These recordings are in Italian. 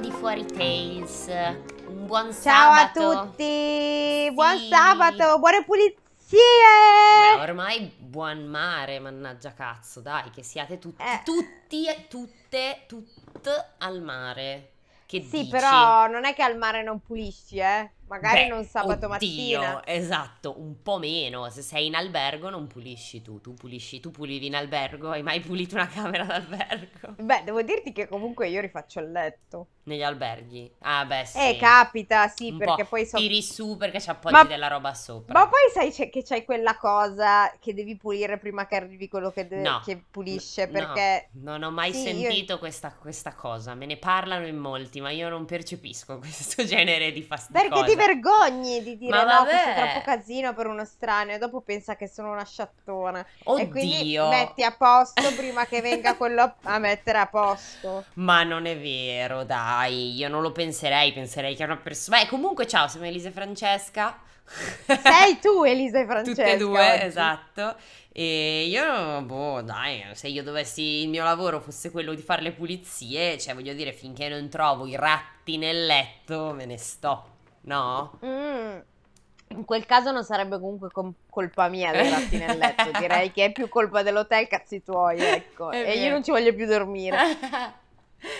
Estuary Tales. Un buon Ciao sabato. a tutti, buon Sì. sabato, buone Beh, pulizie. ormai buon mare, mannaggia cazzo, dai, che siate tutti, Eh. tutti e tutte, tutte al mare. Che Sì, dici? però non è che al mare non pulisci, eh? Magari Beh, non sabato oddio, mattina. Esatto, un po' meno. Se sei in albergo non pulisci tu, tu pulisci, tu pulivi in albergo, hai mai pulito una camera d'albergo? Beh, devo dirti che comunque io rifaccio il letto. Negli alberghi? Ah, beh, sì. Eh, capita, sì, Un perché po'. poi so... Tiri su perché ci appoggi Ma- della roba sopra. Ma poi sai c'è- che c'hai quella cosa che devi pulire prima che arrivi quello che, de- No. che pulisce, No, perché... non ho mai Sì, io- sentito questa, questa cosa. Me ne parlano in molti, ma io non percepisco questo genere di fastidio. Perché ti vergogni di dire Ma no, questo è vabbè." troppo casino per uno strano e dopo pensa che sono una sciattona. Oddio. E quindi metti a posto prima che venga quello a- a mettere a posto. Ma non è vero, dai, io non lo penserei, penserei che è una persona... Beh, comunque ciao, sono Elisa e Francesca. Sei tu, Elisa e Francesca. Tutte e due, oggi. esatto. E io, boh, dai, se io dovessi, il mio lavoro fosse quello di fare le pulizie, cioè voglio dire, finché non trovo i ratti nel letto, me ne sto, no? Mm. In quel caso non sarebbe comunque com- colpa mia dei ratti nel letto, direi che è più colpa dell'hotel, cazzi tuoi, ecco. È E io vero. non ci voglio più dormire.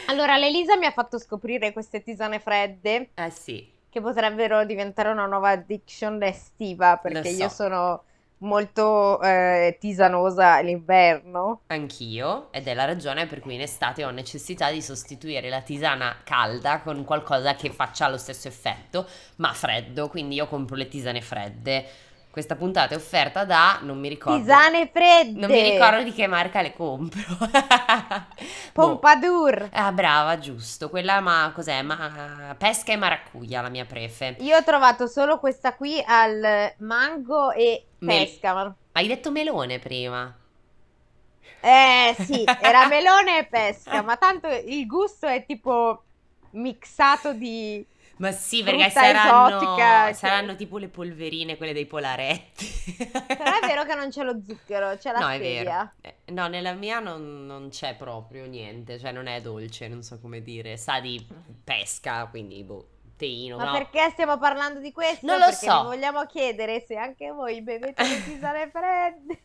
Allora, l'Elisa mi ha fatto scoprire queste tisane fredde eh sì, che potrebbero diventare una nuova addiction estiva, perché io so. sono molto eh, tisanosa l'inverno. anch'io, ed è la ragione per cui in estate ho necessità di sostituire la tisana calda con qualcosa che faccia lo stesso effetto, ma freddo, quindi io compro le tisane fredde. Questa puntata è offerta da, non mi ricordo. Tisane fredde! Non mi ricordo di che marca le compro. Boh. Pompadour! Ah, brava, giusto. Quella ma cos'è? Ma pesca e maracuglia, la mia prefe. Io ho trovato solo questa qui al mango e Mel- pesca. ma- Hai detto melone prima. Eh sì, era melone e pesca, ma tanto il gusto è tipo mixato di... Ma sì, perché Frutta esotica, saranno, sì. saranno tipo le polverine, quelle dei polaretti. Però è vero che non c'è lo zucchero, c'è la No, è stevia. vero. Eh, No, nella mia non, non c'è proprio niente, cioè non è dolce, non so come dire. Sa di pesca, quindi boh, teino, Ma no. perché stiamo parlando di questo? Non lo Perché so. vi vogliamo chiedere se anche voi bevete le tisane fredde.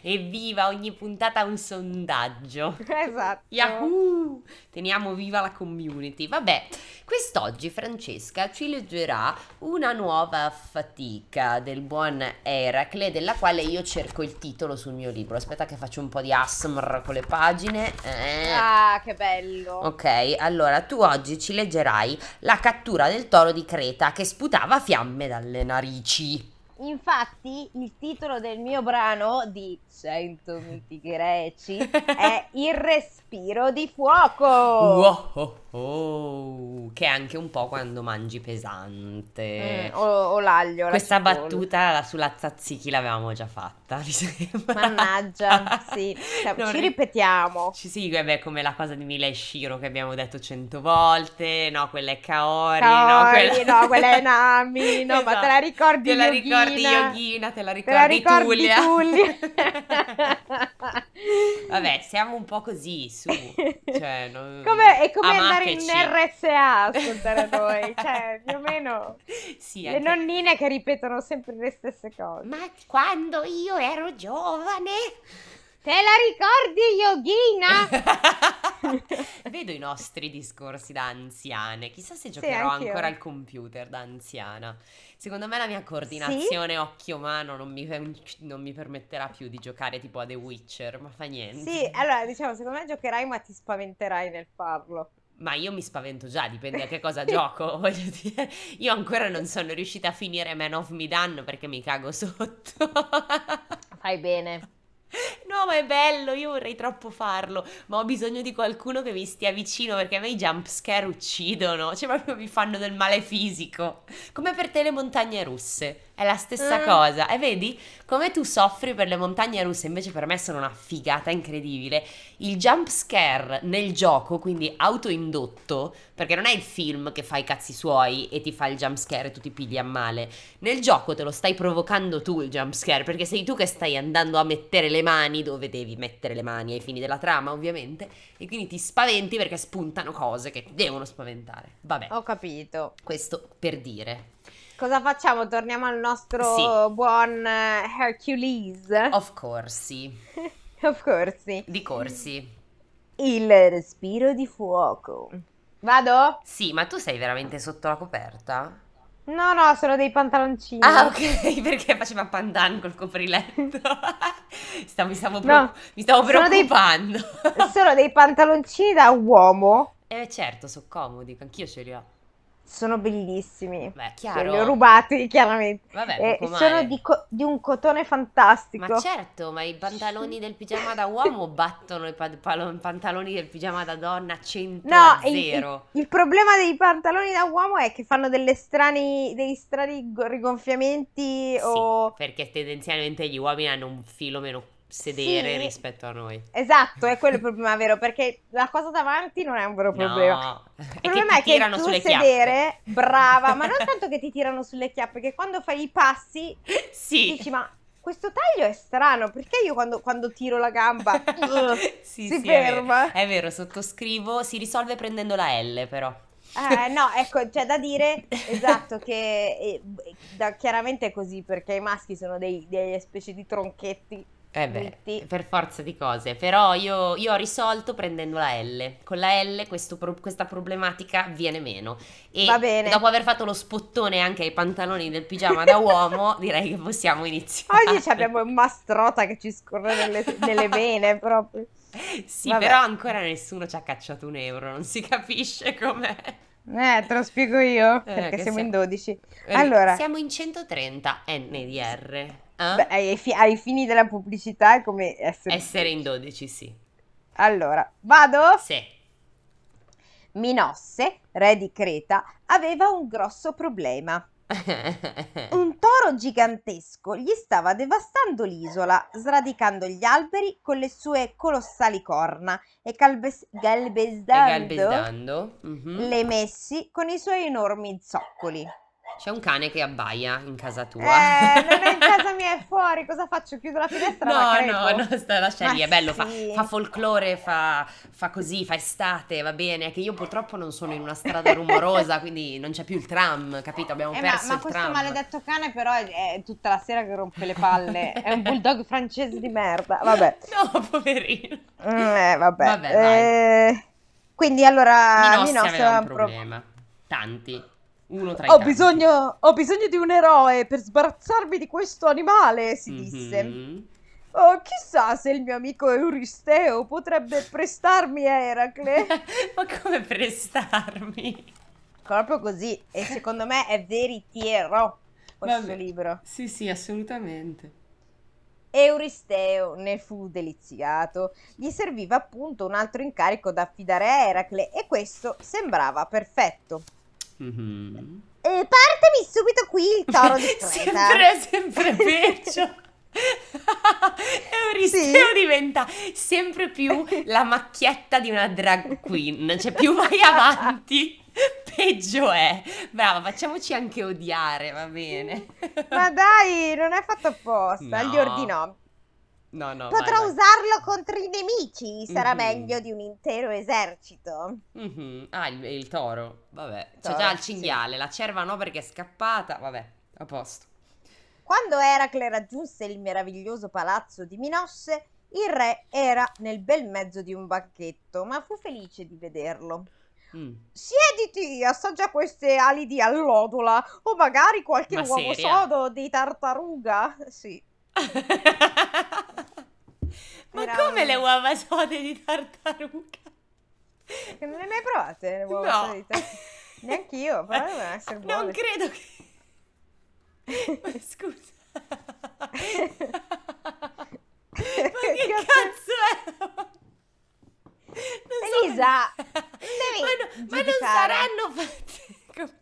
Evviva, ogni puntata ha un sondaggio. Esatto. Yahoo! Teniamo viva la community. Vabbè, quest'oggi Francesca ci leggerà una nuova fatica del buon Eracle, della quale io cerco il titolo sul mio libro. Aspetta che faccio un po' di ASMR con le pagine. Eh. Ah, che bello. Ok, allora tu oggi ci leggerai la cattura del toro di Creta che sputava fiamme dalle narici. Infatti, il titolo del mio brano di 100 miti greci è Il respiro di fuoco. Wow, oh, oh, che è anche un po' quando mangi pesante. Mm, o, o l'aglio. la Eh. Questa cipolla. battuta la- sulla tzatziki l'avevamo già fatta, mi sembra. Mannaggia, sì. Cioè, Non ci ri- ripetiamo. Ci sì, beh, come la cosa di Mila e Shiro che abbiamo detto cento volte, no, quella è Kaori, no, Kaori, quella... Esatto. no, quella è Nami, no, ma te la ricordi Te la Yogina? ricordi Yogina, te la Te la ricordi, ricordi Tullia. Tullia? Vabbè, siamo un po' così, su. Cioè, non- Come- è come andare in amateci. RSA a ascoltare noi, cioè più o meno Sì, le anche- nonnine che ripetono sempre le stesse cose. Ma quando io ero giovane... Te la ricordi Yogina? Ah. Vedo i nostri discorsi da anziane. Chissà se Sì, giocherò anch'io. ancora al computer da anziana. Secondo me la mia coordinazione occhio-mano non mi, non mi permetterà più di giocare tipo a The Witcher, ma fa niente. Sì, allora diciamo, secondo me giocherai ma ti spaventerai nel farlo. Ma io mi spavento già, dipende a che cosa gioco, voglio dire. Io ancora non sono riuscita a finire Man of Midan perché mi cago sotto. Fai bene. No, ma è bello, io vorrei troppo farlo, ma ho bisogno di qualcuno che mi stia vicino perché a me i jump scare uccidono, cioè proprio mi fanno del male fisico, come per te le montagne russe. È la stessa Mm. cosa. E vedi come tu soffri per le montagne russe, invece per me sono una figata incredibile. Il jump scare nel gioco, quindi autoindotto, perché non è il film che fa i cazzi suoi e ti fa il jump scare e tu ti pigli a male. Nel gioco te lo stai provocando tu il jump scare, perché sei tu che stai andando a mettere le mani dove devi mettere le mani ai fini della trama, ovviamente, e quindi ti spaventi perché spuntano cose che ti devono spaventare. Vabbè, Eh. Ho capito. questo per dire. Cosa facciamo? Torniamo al nostro Sì. Oh. buon eh, Hercules. Of corsi, Of course. sì. di corsi. Il respiro di fuoco. Vado? Sì, ma tu sei veramente sotto la coperta? No, no, sono dei pantaloncini. Ah, ok, perché faceva pandan col copriletto. Sta- mi, stavo pro- No, mi stavo sono dei- preoccupando. Sono dei pantaloncini da uomo. Eh certo, sono comodi, anch'io ce li ho. Sono bellissimi. Beh, Cioè, chiaro. Li ho rubati, chiaramente. Vabbè, Eh, poco sono male. di, co- di un cotone fantastico. Ma certo, ma i pantaloni del pigiama da uomo battono i pa- palo- pantaloni del pigiama da donna 100 No, a il, il- zero. il problema dei pantaloni da uomo è che fanno delle strani, dei strani go- rigonfiamenti Sì, o... perché tendenzialmente gli uomini hanno un filo meno sedere Sì. rispetto a noi. Esatto, è quello il problema vero, perché la cosa davanti non è un vero problema. No, è Il che problema ti è che il tirano tuo sulle chiappe. sedere, brava, ma non tanto che ti tirano sulle chiappe, che quando fai i passi dici Sì. ma questo taglio è strano, perché io quando, quando tiro la gamba Sì, si sì, è vero. ferma? È vero, sottoscrivo, si risolve prendendo la L però. Eh, no, ecco, c'è da dire esatto che eh, da- chiaramente è così perché i maschi sono dei, delle specie di tronchetti. Eh beh, Tutti. per forza di cose, però io, io ho risolto prendendo la L. Con la L questo pro- questa problematica viene meno. E Va bene. dopo aver fatto lo spottone anche ai pantaloni del pigiama da uomo, direi che possiamo iniziare. Oggi ci abbiamo un mastrota che ci scorre nelle, nelle vene proprio. Sì, Vabbè. però ancora nessuno ci ha cacciato un euro, non si capisce com'è. Eh, te lo spiego io Eh, perché che siamo se- in 12. Allora. Siamo in 130 NDR. eh? Beh, ai, fi- ai fini della pubblicità è come essere... Essere in 12, sì. Allora, vado. Sì. Minosse, re di Creta, aveva un grosso problema. Un toro gigantesco gli stava devastando l'isola, sradicando gli alberi con le sue colossali corna e calbes- galbestando Galbezdando. Mhm. le messi con i suoi enormi zoccoli. C'è un cane che abbaia in casa tua. Eh, non è in casa mia, è fuori. Cosa faccio? Chiudo la finestra? la No, crepo? no, no, sta lascia Ma lì, è bello, fa, sì. fa folklore, fa, fa così, fa estate, va bene, è che io purtroppo non sono in una strada rumorosa, quindi non c'è più il tram, capito? Abbiamo Eh, ma, perso ma il questo tram. maledetto cane però è, è tutta la sera che rompe le palle. È un bulldog francese di merda. Vabbè. No, poverino. Mm, eh, vabbè. Vabbè, dai. Eh, quindi allora Minosse Minosse aveva Ah, un aveva un pro- Oh, problema. Tanti. Uno tra i Ho tanti. bisogno, ho bisogno di un eroe per sbarazzarmi di questo animale, si Mhm. disse. Oh, chissà se il mio amico Euristeo potrebbe prestarmi a Eracle. Ma come prestarmi? Proprio così, e secondo me è veritiero questo Vabbè. libro. Sì, sì, assolutamente. Euristeo ne fu deliziato. Gli serviva appunto un altro incarico da affidare a Eracle e questo sembrava perfetto. Mhm. E partemi subito qui il toro di eh. sempre, Creta. sempre peggio. Euristeo diventa sempre più la macchietta di una drag queen. Cioè, più vai avanti, peggio è. Brava, facciamoci anche odiare, va bene. Ma dai, non è fatto apposta, No. gli ordinò. No, no, vai, Potrò vai. usarlo contro i nemici, sarà Mhm. meglio di un intero esercito. Mhm. Ah, il, il toro. Vabbè, c'è Toro, già il sì. cinghiale. La cerva no perché è scappata. Vabbè, a posto. Quando Eracle raggiunse il meraviglioso palazzo di Minosse, il re era nel bel mezzo di un banchetto, ma fu felice di vederlo. Mm. Siediti, assaggia queste ali di allodola o magari qualche Ma uovo seria? sodo di tartaruga. Sì. Ma Era come un- le uova sode di tartaruga? Che non le hai mai provate le uova No. sode di tartaruga? Neanche io, però devono essere buone. Eh, Non credo che... Ma scusa. Ma che cazzo è? Non Elisa, Ma, devi no- ma non giudicare. saranno fatte... come-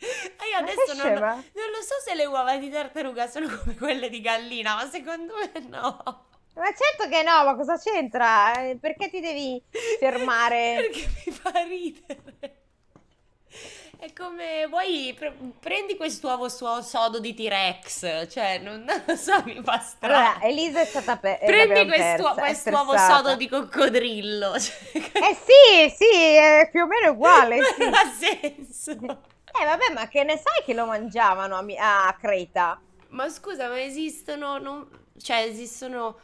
Ma Io Ma adesso sei non, scema? non lo so se le uova di tartaruga sono come quelle di gallina, ma secondo me no. Ma certo che no, ma cosa c'entra? Eh, Perché ti devi fermare? Perché mi fa ridere. È come vuoi pre- prendi quest'uovo suo sodo di T-Rex, cioè non, non lo so, mi fa Allora, strano. Elisa è stata pe- eh, prendi l'abbiamo quest'uo- persa, è quest'uovo stressata. sodo di coccodrillo. Cioè, Eh sì, sì, è più o meno uguale, sì. non ha senso. Eh vabbè, ma che ne sai che lo mangiavano a, Mi- a Creta? Ma scusa, ma esistono, non- cioè esistono,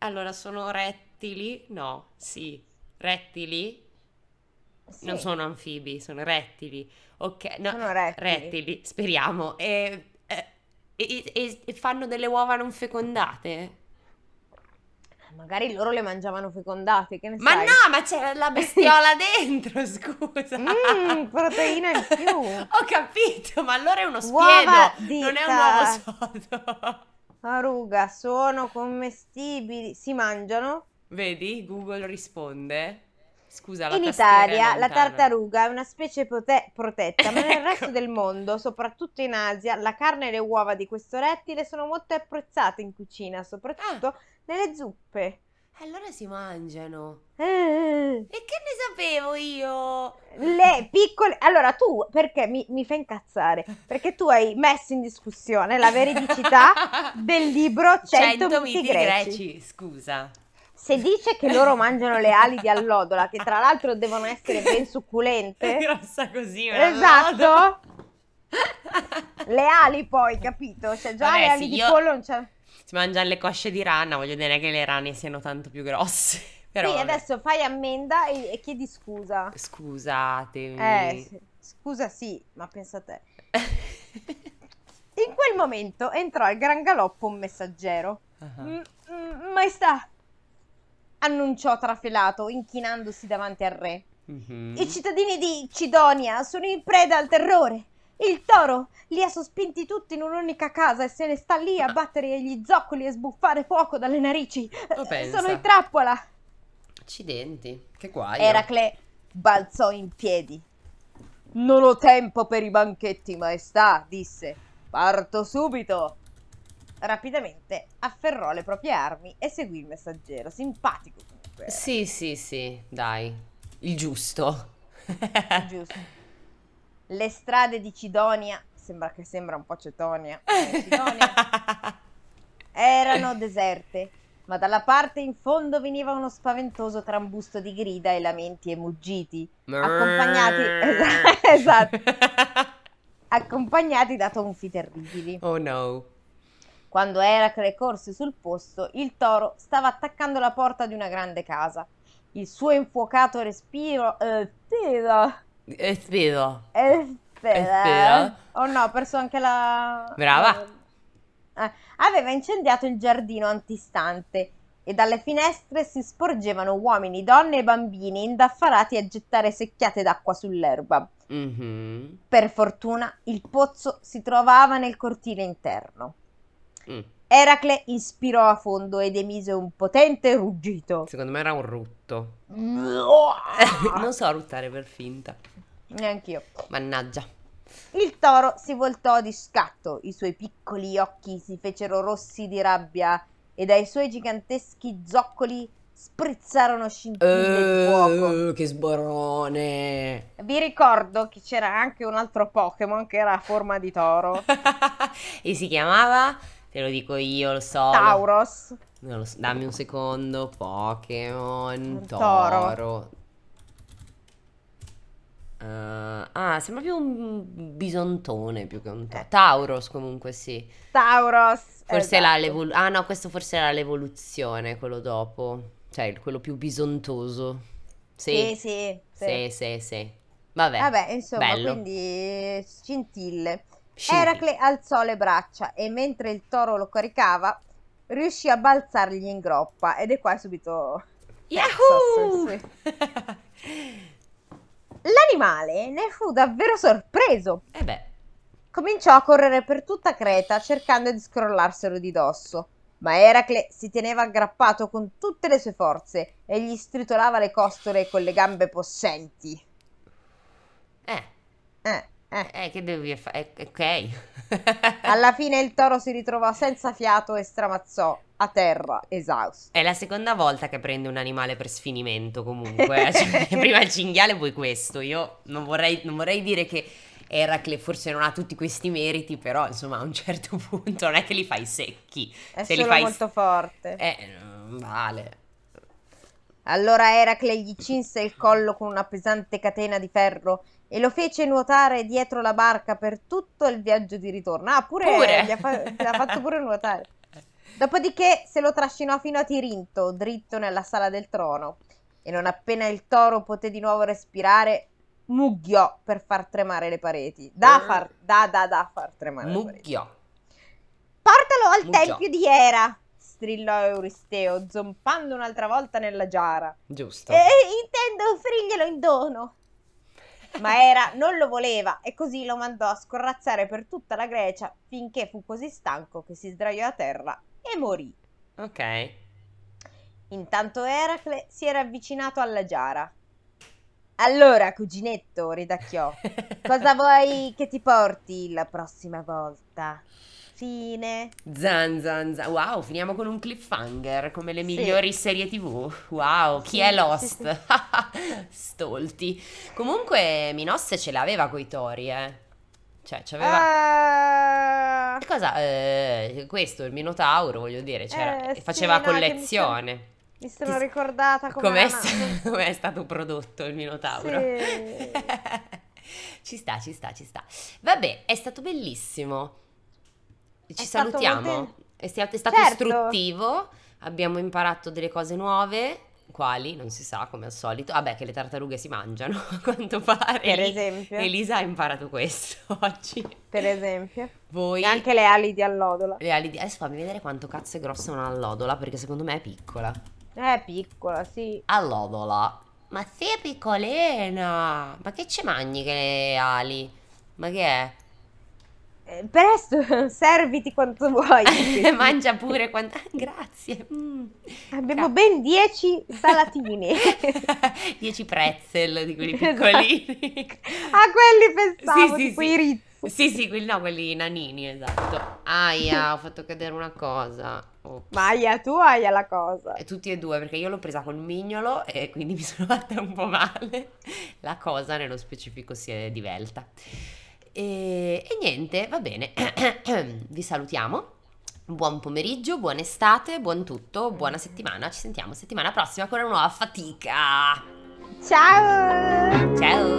allora sono rettili? No, sì, rettili? Sì, Non sono anfibi, sono rettili. Ok, no, sono rettili. rettili, speriamo. E, e- e- e- e fanno delle uova non fecondate? Magari loro le mangiavano fecondate, che ne Ma sai? no, ma c'era la bestiola dentro, scusa. Mmm, proteina in più. Ho capito, ma allora è uno Uova spiedo, di non è un ca- uovo sodo. Ah, ruga, sono commestibili, si mangiano? Vedi, Google risponde. Scusa, la In tastiera è Italia la lontana. tartaruga è una specie prote- protetta, ma nel Ecco. resto del mondo, soprattutto in Asia, la carne e le uova di questo rettile sono molto apprezzate in cucina, soprattutto Ah. nelle zuppe. Allora si mangiano. Eh, E che ne sapevo io? Le piccole... Allora tu, perché mi, mi fai incazzare? Perché tu hai messo in discussione la veridicità del libro 100 miti greci. scusa. Se dice che loro mangiano le ali di allodola, che tra l'altro devono essere ben È succulente, grossa così, me la Eh. esatto, vado. le ali poi, capito? Cioè già Vabbè, le ali sì, di io- pollo non c'è. Si mangiano le cosce di rana, voglio dire che le rane siano tanto più grosse. Però Quindi vabbè. adesso fai ammenda e, e chiedi scusa. scusatemi. Eh, sì, scusa sì, ma pensa a te. In quel momento entrò al gran galoppo un messaggero. Ah. "M- m- Maestà, annunciò trafelato, inchinandosi davanti al re. Mhm. I cittadini di Cidonia sono in preda al terrore. Il toro li ha sospinti tutti in un'unica casa e se ne sta lì Ah. a battere gli zoccoli e sbuffare fuoco dalle narici. Oh, pensa. Sono in trappola. Accidenti, che guai. Eracle balzò in piedi. Non ho tempo per i banchetti, maestà, disse. Parto subito. Rapidamente afferrò le proprie armi e seguì il messaggero, simpatico comunque. era. Sì, sì, sì, dai. Il giusto. Giusto. Le strade di Cidonia, sembra che sembra un po' Cetonia, eh, Cidonia, erano deserte, ma dalla parte in fondo veniva uno spaventoso trambusto di grida e lamenti e muggiti, Accompagnati- esatto. accompagnati da tonfi terribili. Oh no. Quando Eracle corse sul posto, il toro stava attaccando la porta di una grande casa. Il suo infuocato respiro... eh, tira, Eh, Spero. eh, tira. tira. Oh no, ho perso anche la... Brava. Eh, aveva incendiato il giardino antistante e dalle finestre si sporgevano uomini, donne e bambini indaffarati a gettare secchiate d'acqua sull'erba. Mhm. Per fortuna il pozzo si trovava nel cortile interno. Mm. Eracle inspirò a fondo ed emise un potente ruggito. Secondo me era un rutto. non Neanch'io. so ruttare per finta. Mannaggia. Il toro si voltò di scatto, i suoi piccoli occhi si fecero rossi di rabbia e dai suoi giganteschi zoccoli sprizzarono scintille di fuoco. Eh, che sborone. Vi ricordo che c'era anche un altro Pokémon che era a forma di toro, e si chiamava? Te lo dico io, lo so. lo- Tauros. Non lo so, dammi un secondo. Pokémon Un toro. Toro. Eh, ah, sembra più un bisontone più che un Eh. toro. Tauros comunque sì. Tauros. Forse esatto. era l'evolu- Ah no, questo forse era l'evoluzione, quello dopo. Cioè, il- quello più bisontoso. Sì, Sì, sì, sì. sì, sì, sì. Vabbè, Vabbè, insomma, bello. quindi scintille. Scintille. Eracle alzò le braccia e mentre il toro lo caricava, riuscì a balzargli in groppa ed è qua subito Yahoo! Texas, L'animale ne fu davvero sorpreso. Eh beh, Cominciò a correre per tutta Creta cercando di scrollarselo di dosso, ma Eracle si teneva aggrappato con tutte le sue forze e gli stritolava le costole con le gambe possenti. eh, Eh, Eh, Eh, che devi fare? ok. alla fine il toro si ritrovò senza fiato e stramazzò a terra, esausto. È la seconda volta che prendo un animale per sfinimento, comunque. eh. Cioè, prima il cinghiale, poi questo. Io non vorrei, non vorrei dire che Eracle forse non ha tutti questi meriti, però insomma, a un certo punto non è che li fai secchi. È Se li solo fai- molto forte. Eh, non vale. Allora Eracle gli cinse il collo con una pesante catena di ferro e lo fece nuotare dietro la barca per tutto il viaggio di ritorno. Ah, pure, Pure. gli ha fa- gli ha fatto pure nuotare. Dopodiché se lo trascinò fino a Tirinto, dritto nella sala del trono. E non appena il toro poté di nuovo respirare, mugghiò per far tremare le pareti. Eh. Da far, da, da, da far tremare le pareti. Mucchio. Portalo al Mugghiò. tempio di Era, strillò Euristeo, zompando un'altra volta nella giara. Giusto. E intendo offrirglielo in dono. Ma Era non lo voleva e così lo mandò a scorrazzare per tutta la Grecia finché fu così stanco che si sdraiò a terra e morì. Ok. Intanto Eracle si era avvicinato alla giara. Allora, cuginetto, ridacchiò, cosa vuoi che ti porti la prossima volta? Fine. Zan zan zan. Wow, finiamo con un cliffhanger come le Sì. migliori serie TV. Wow, chi è Sì, Lost? sì, sì. Stolti. Comunque Minosse ce l'aveva coi tori, eh. Cioè, c'aveva Ah, Che cosa? Eh, questo, il Minotauro, voglio dire, c'era- Eh, sì, faceva no, che mi collezione. mi sono Ti- ricordata come Com'è, sta- com'è stato prodotto il Minotauro? Sì. ci sta, ci sta, ci sta. Vabbè, è stato bellissimo. Ci È stato salutiamo. molto- È sta- è stato Certo. istruttivo. Abbiamo imparato delle cose nuove. Quali? Non si sa, come al solito. Vabbè, che le tartarughe si mangiano, a quanto pare. Per Eli- esempio. Elisa ha imparato questo oggi. Per esempio. Voi... E anche le ali di allodola. Le ali di... Adesso fammi vedere quanto cazzo è grossa una allodola, perché secondo me è piccola. È Eh, piccola, sì. Allodola. Ma sei piccolina! Ma che ci mangi che le ali? Ma che è? Eh, presto, serviti quanto vuoi. Mangia pure quanto... Ah, Grazie. Mm. Abbiamo ben 10 salatine. 10 pretzel di quelli piccolini. A quelli pensavo, Sì, sì, tipo sì. i Ritz. Sì, sì, quelli no, quelli nanini, esatto. Aia, ho fatto cadere una cosa. Oh. Maia, tu hai la cosa. E Eh, Tutti e due, perché io l'ho presa col mignolo e quindi mi sono fatta un po' male. La cosa nello specifico si è divelta. E, e niente, va bene. Vi salutiamo. Buon pomeriggio, buona estate, buon tutto, buona settimana. Ci sentiamo settimana prossima con una nuova fatica. Ciao! Ciao!